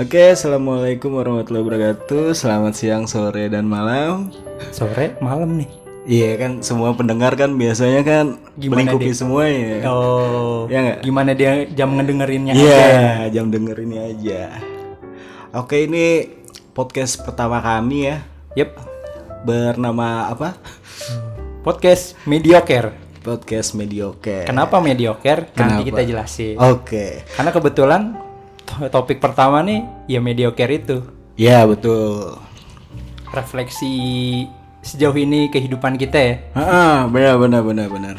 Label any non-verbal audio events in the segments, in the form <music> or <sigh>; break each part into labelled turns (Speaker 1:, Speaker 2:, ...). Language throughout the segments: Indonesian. Speaker 1: Oke, assalamualaikum warahmatullahi wabarakatuh. Selamat siang, sore, dan malam.
Speaker 2: Sore malam nih.
Speaker 1: Iya kan, semua pendengar kan biasanya kan beli
Speaker 2: Gimana,
Speaker 1: kopi
Speaker 2: Dek?
Speaker 1: semua ya.
Speaker 2: Oh.
Speaker 1: Iya nggak?
Speaker 2: Gimana dia jam ngedengerinnya
Speaker 1: Iya,
Speaker 2: aja.
Speaker 1: jam denger ini aja. Oke, ini podcast pertama kami ya.
Speaker 2: Yep.
Speaker 1: Bernama apa?
Speaker 2: Podcast mediocre.
Speaker 1: Podcast Mediocre.
Speaker 2: Kenapa mediocre?
Speaker 1: Kenapa?
Speaker 2: Nanti kita jelasin.
Speaker 1: Oke.
Speaker 2: Karena kebetulan to- topik pertama nih ya mediocre itu.
Speaker 1: Ya, betul.
Speaker 2: Refleksi sejauh ini kehidupan kita ya.
Speaker 1: Ah, benar benar benar benar.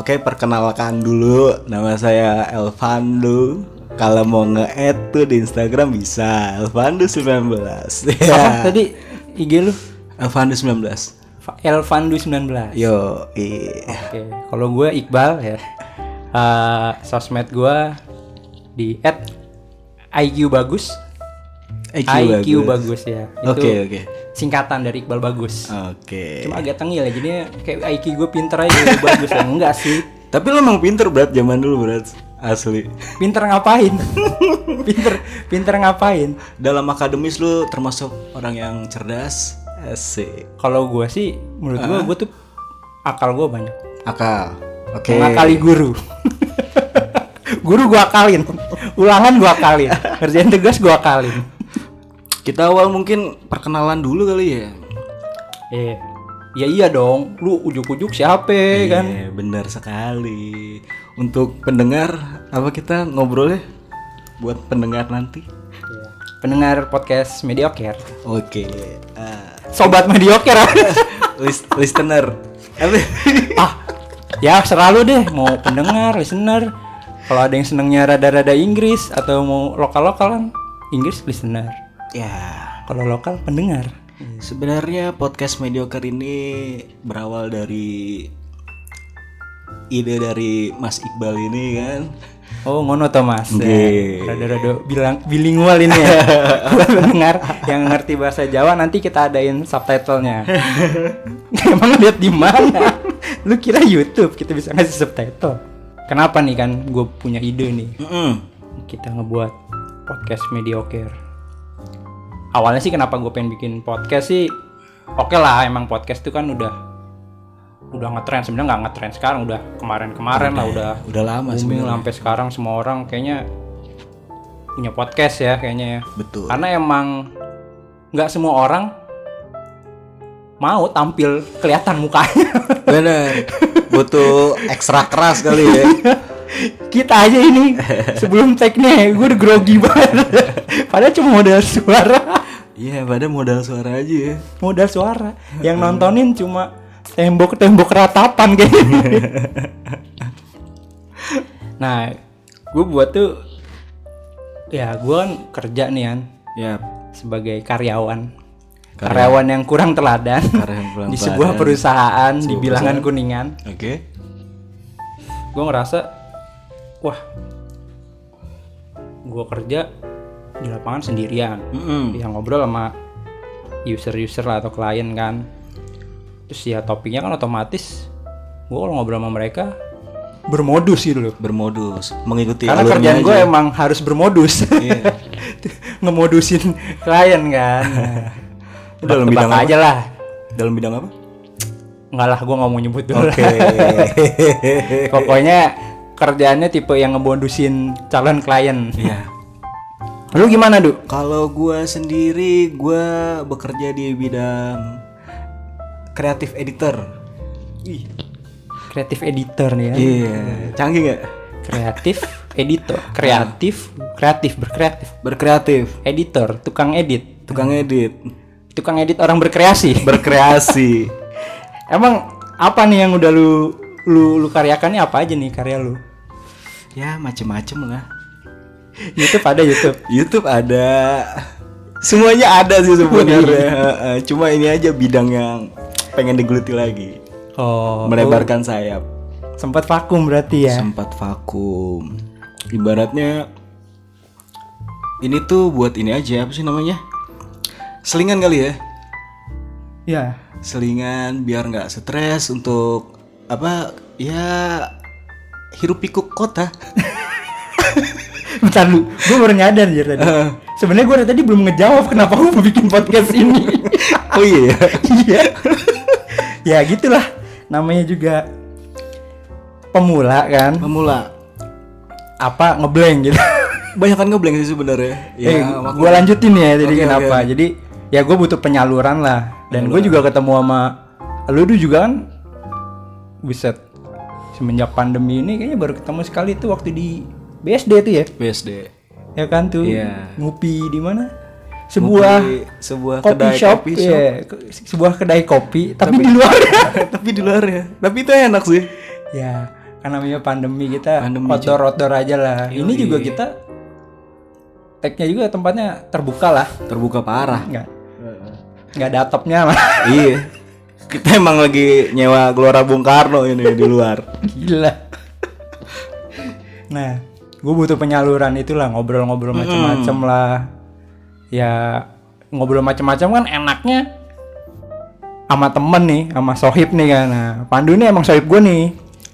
Speaker 1: Oke, perkenalkan dulu nama saya Elvandu. Kalau mau nge-add tuh di Instagram bisa Elvandu 19.
Speaker 2: Apa
Speaker 1: <laughs> Ya.
Speaker 2: tadi IG lu?
Speaker 1: Elvandu 19.
Speaker 2: Fa- Elvandu 19.
Speaker 1: Yo, i.
Speaker 2: Oke, kalau gue Iqbal ya. Eh, sosmed gue di @iqbagus. bagus.
Speaker 1: IQ, bagus.
Speaker 2: IQ bagus, ya. Itu
Speaker 1: Oke, oke. Oh, iya.
Speaker 2: singkatan dari Iqbal bagus.
Speaker 1: Oke.
Speaker 2: Cuma agak tengil ya, jadinya kayak IQ gue pinter aja gitu, bagus ya. Enggak sih.
Speaker 1: Tapi lo emang pinter berat zaman dulu berat asli.
Speaker 2: Pinter ngapain? <laughs> pinter, pinter ngapain?
Speaker 1: Dalam akademis lo termasuk orang yang cerdas, asik.
Speaker 2: Kalau gue sih, menurut gue, gue tuh akal gue banyak.
Speaker 1: Akal. Oke.
Speaker 2: Mengakali guru. guru gue akalin, ulangan gue akalin, kerjaan tugas gue akalin.
Speaker 1: Kita awal mungkin perkenalan dulu kali ya.
Speaker 2: Eh, ya iya dong. Lu ujuk-ujuk siapa kan?
Speaker 1: Iya, benar sekali. Untuk pendengar, apa kita ngobrolnya buat pendengar nanti?
Speaker 2: Iya. Pendengar podcast mediocre.
Speaker 1: Oke. ah,
Speaker 2: Sobat mediocre. <laughs>
Speaker 1: lis- listener. Apa?
Speaker 2: ah, ya selalu deh mau pendengar, listener. Kalau ada yang senengnya rada-rada Inggris atau mau lokal-lokal kan Inggris listener.
Speaker 1: <laughs> ya,
Speaker 2: Kalau lokal pendengar.
Speaker 1: sebenarnya podcast mediocre ini berawal dari ide dari Mas Iqbal ini kan.
Speaker 2: Oh ngono Thomas Ya,
Speaker 1: Oke.
Speaker 2: Rada-rada bilang bilingual ini ya Buat pendengar yang ngerti bahasa Jawa nanti kita adain subtitlenya <laughs> Emang lihat di mana? Lu kira YouTube kita bisa ngasih subtitle Kenapa nih kan gue punya ide nih
Speaker 1: Mm-mm.
Speaker 2: Kita ngebuat podcast mediocre Awalnya sih kenapa gue pengen bikin podcast sih Oke lah emang podcast tuh kan udah udah ngetrend sebenarnya nggak ngetrend sekarang udah kemarin-kemarin lah udah
Speaker 1: Ah, Udah lama
Speaker 2: booming
Speaker 1: sebenarnya.
Speaker 2: lah sampai sekarang semua orang kayaknya punya podcast ya kayaknya ya.
Speaker 1: Betul.
Speaker 2: Karena emang nggak semua orang mau tampil kelihatan mukanya. <laughs>
Speaker 1: <laughs> Benar. Butuh ekstra keras kali ya.
Speaker 2: Kita aja ini sebelum tag-nya gue udah grogi banget. Padahal cuma modal suara.
Speaker 1: Iya, pada modal suara aja ya.
Speaker 2: Modal suara. Yang nontonin cuma tembok-tembok ratapan kayaknya. nah, gue buat tuh ya gue kan kerja nih kan
Speaker 1: Yap.
Speaker 2: sebagai karyawan.
Speaker 1: Karyawan.
Speaker 2: Karyawan, yang kurang teladan
Speaker 1: Karyawan kurang
Speaker 2: di sebuah
Speaker 1: teladan.
Speaker 2: perusahaan di bilangan kuningan.
Speaker 1: Oke.
Speaker 2: Gue ngerasa, wah, gue kerja di lapangan sendirian.
Speaker 1: Mm-mm.
Speaker 2: Yang ngobrol sama user-user lah atau klien kan. Terus ya topiknya kan otomatis gue kalau ngobrol sama mereka bermodus gitu loh.
Speaker 1: bermodus mengikuti
Speaker 2: Karena
Speaker 1: alurnya
Speaker 2: kerjaan gue
Speaker 1: aja.
Speaker 2: emang harus bermodus.
Speaker 1: Iya.
Speaker 2: <laughs> Ngemodusin klien kan.
Speaker 1: <laughs> Lu dalam
Speaker 2: Tebak-tebak
Speaker 1: bidang apa?
Speaker 2: aja lah.
Speaker 1: dalam bidang apa
Speaker 2: Enggak lah, gue nggak mau nyebut
Speaker 1: <laughs>
Speaker 2: dulu.
Speaker 1: oke
Speaker 2: <laughs> Pokoknya kerjaannya tipe yang ngebondusin calon klien.
Speaker 1: Iya.
Speaker 2: Lu gimana, Du?
Speaker 1: kalau gue sendiri gue bekerja di bidang kreatif editor
Speaker 2: Kreatif editor nih ya.
Speaker 1: iya canggih nggak
Speaker 2: Kreatif editor, kreatif, kreatif berkreatif.
Speaker 1: berkreatif
Speaker 2: Editor, tukang edit.
Speaker 1: tukang edit
Speaker 2: Tukang edit orang berkreasi.
Speaker 1: <laughs> berkreasi
Speaker 2: Emang apa nih yang udah lu lu lu karyakannya apa aja nih karya lu?
Speaker 1: ya macem-macem lah
Speaker 2: YouTube ada YouTube.
Speaker 1: YouTube ada semuanya ada sih sebenarnya <laughs> Heeh, cuma ini aja bidang yang pengen digeluti lagi
Speaker 2: Oh,
Speaker 1: melebarkan sayap
Speaker 2: sempat vakum berarti ya.
Speaker 1: sempat vakum ibaratnya ini tuh buat ini aja apa sih namanya selingan kali ya
Speaker 2: Ya.
Speaker 1: selingan biar nggak stres untuk apa ya hirup pikuk kota
Speaker 2: Bentar lu, gue baru nyadar anjir tadi. Sebenarnya gue dari tadi belum ngejawab kenapa gue mau bikin podcast ini.
Speaker 1: <laughs> oh iya ya?
Speaker 2: Iya. <laughs> ya gitulah. Namanya juga pemula kan.
Speaker 1: <laughs> pemula
Speaker 2: Apa ngeblank
Speaker 1: <laughs>
Speaker 2: gitu.
Speaker 1: banyak kan ngeblank sih sebenarnya Ya,
Speaker 2: Eh,
Speaker 1: waktu-
Speaker 2: gue lanjutin ya
Speaker 1: Iya,
Speaker 2: jadi
Speaker 1: Oke,
Speaker 2: kenapa?
Speaker 1: oke.
Speaker 2: Jadi ya gue butuh penyaluran lah. Dan gue juga ketemu sama lu dulu juga kan buset semenjak pandemi ini kayaknya baru ketemu sekali tuh waktu di BSD tuh ya.
Speaker 1: BSD
Speaker 2: Ya kan tuh
Speaker 1: Iya.
Speaker 2: ngupi di mana? Sebuah
Speaker 1: Ngopi di sebuah
Speaker 2: kopi
Speaker 1: kedai
Speaker 2: shop,
Speaker 1: kopi
Speaker 2: iya. Ke- sebuah kedai kopi tapi, di luar.
Speaker 1: <laughs> <laughs> tapi di luar ya tapi itu enak sih
Speaker 2: ya, karena namanya pandemi kita
Speaker 1: Pandemi,
Speaker 2: outdoor outdoor aja lah. Ini
Speaker 1: Yoi.
Speaker 2: juga kita tag-nya juga tempatnya terbuka lah.
Speaker 1: terbuka parah
Speaker 2: Enggak. Enggak ada atapnya <laughs> lah.
Speaker 1: iya kita emang lagi nyewa Gelora Bung Karno ini di luar
Speaker 2: Gila. Nah, gue butuh penyaluran itulah ngobrol-ngobrol
Speaker 1: Hmm.
Speaker 2: macem-macem lah. Ya ngobrol macem-macem kan enaknya sama temen nih, sama sohib nih kan. Nah, Pandu nih emang sohib gue nih.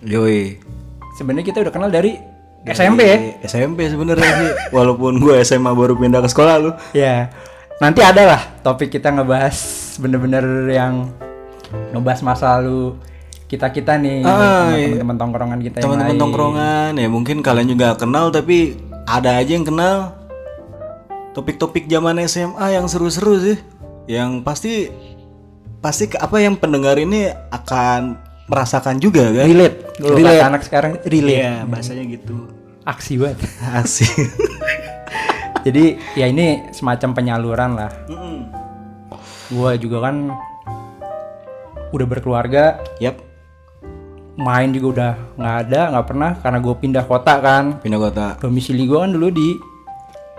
Speaker 1: yoi
Speaker 2: Sebenarnya kita udah kenal dari, SMP ya.
Speaker 1: Dari SMP sebenarnya sih <laughs> walaupun gue SMA baru pindah ke sekolah lu
Speaker 2: Ya. Nanti ada lah topik kita ngebahas bener-bener yang ngebahas masa lalu kita-kita nih,
Speaker 1: Ah,
Speaker 2: sama
Speaker 1: iya.
Speaker 2: teman-teman tongkrongan kita yang
Speaker 1: teman-teman
Speaker 2: lain.
Speaker 1: tongkrongan ya mungkin kalian juga kenal tapi ada aja yang kenal topik-topik zaman SMA yang seru-seru sih yang pasti pasti ke- apa yang pendengar ini akan merasakan juga kan
Speaker 2: relate Kalau
Speaker 1: Relate.
Speaker 2: kata anak sekarang relate
Speaker 1: Iya, bahasanya gitu
Speaker 2: aksi banget
Speaker 1: <laughs>
Speaker 2: <laughs>
Speaker 1: asik
Speaker 2: jadi ya ini semacam penyaluran lah
Speaker 1: Mm-mm.
Speaker 2: gua juga kan udah berkeluarga
Speaker 1: yap
Speaker 2: main juga udah nggak ada nggak pernah karena gue pindah kota kan
Speaker 1: pindah kota
Speaker 2: domisili gua kan dulu di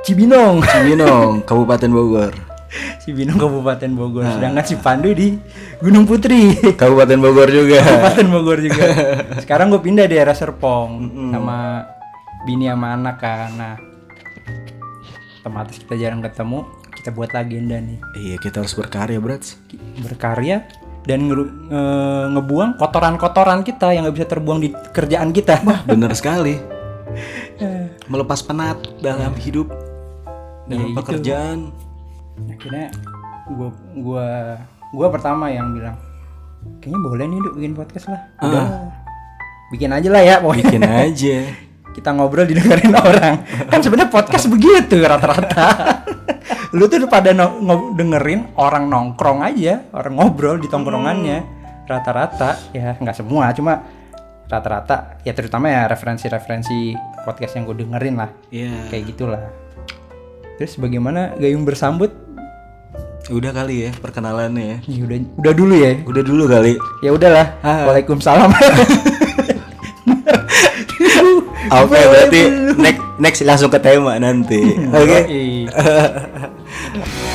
Speaker 2: Cibinong
Speaker 1: Cibinong Kabupaten Bogor
Speaker 2: <laughs> Cibinong Kabupaten Bogor sedangkan si Pandu di Gunung Putri
Speaker 1: Kabupaten Bogor <laughs> juga
Speaker 2: Kabupaten Bogor juga sekarang gue pindah di daerah Serpong sama bini sama anak kan nah otomatis kita jarang ketemu kita buat agenda nih
Speaker 1: iya kita harus berkarya Brats
Speaker 2: berkarya dan ngeru- nge- ngebuang kotoran-kotoran kita yang nggak bisa terbuang di kerjaan kita.
Speaker 1: Bener sekali. Melepas penat dalam hidup dalam
Speaker 2: Iya, gitu.
Speaker 1: pekerjaan.
Speaker 2: <laughs> Akhirnya gua gua gua pertama yang bilang kayaknya boleh nih Duk, bikin podcast lah. Udah. lah. Bikin aja lah ya pokoknya.
Speaker 1: <laughs> Bikin aja.
Speaker 2: Kita ngobrol didengerin orang. Kan sebenarnya podcast begitu
Speaker 1: <laughs>
Speaker 2: rata-rata. Lu tuh pada no- ngob- dengerin orang nongkrong aja, orang ngobrol di tongkrongannya.
Speaker 1: Hmm.
Speaker 2: Rata-rata ya nggak semua cuma rata-rata ya terutama ya referensi-referensi podcast yang gue dengerin lah.
Speaker 1: Iya.
Speaker 2: kayak gitulah terus bagaimana gayung bersambut
Speaker 1: Udah kali ya perkenalannya ya.
Speaker 2: ya udah udah dulu ya
Speaker 1: Udah dulu kali.
Speaker 2: ya udahlah
Speaker 1: Ah.
Speaker 2: waalaikumsalam
Speaker 1: <laughs> Oke, <laughs> berarti next next langsung ke tema nanti. Oke.
Speaker 2: Yoi.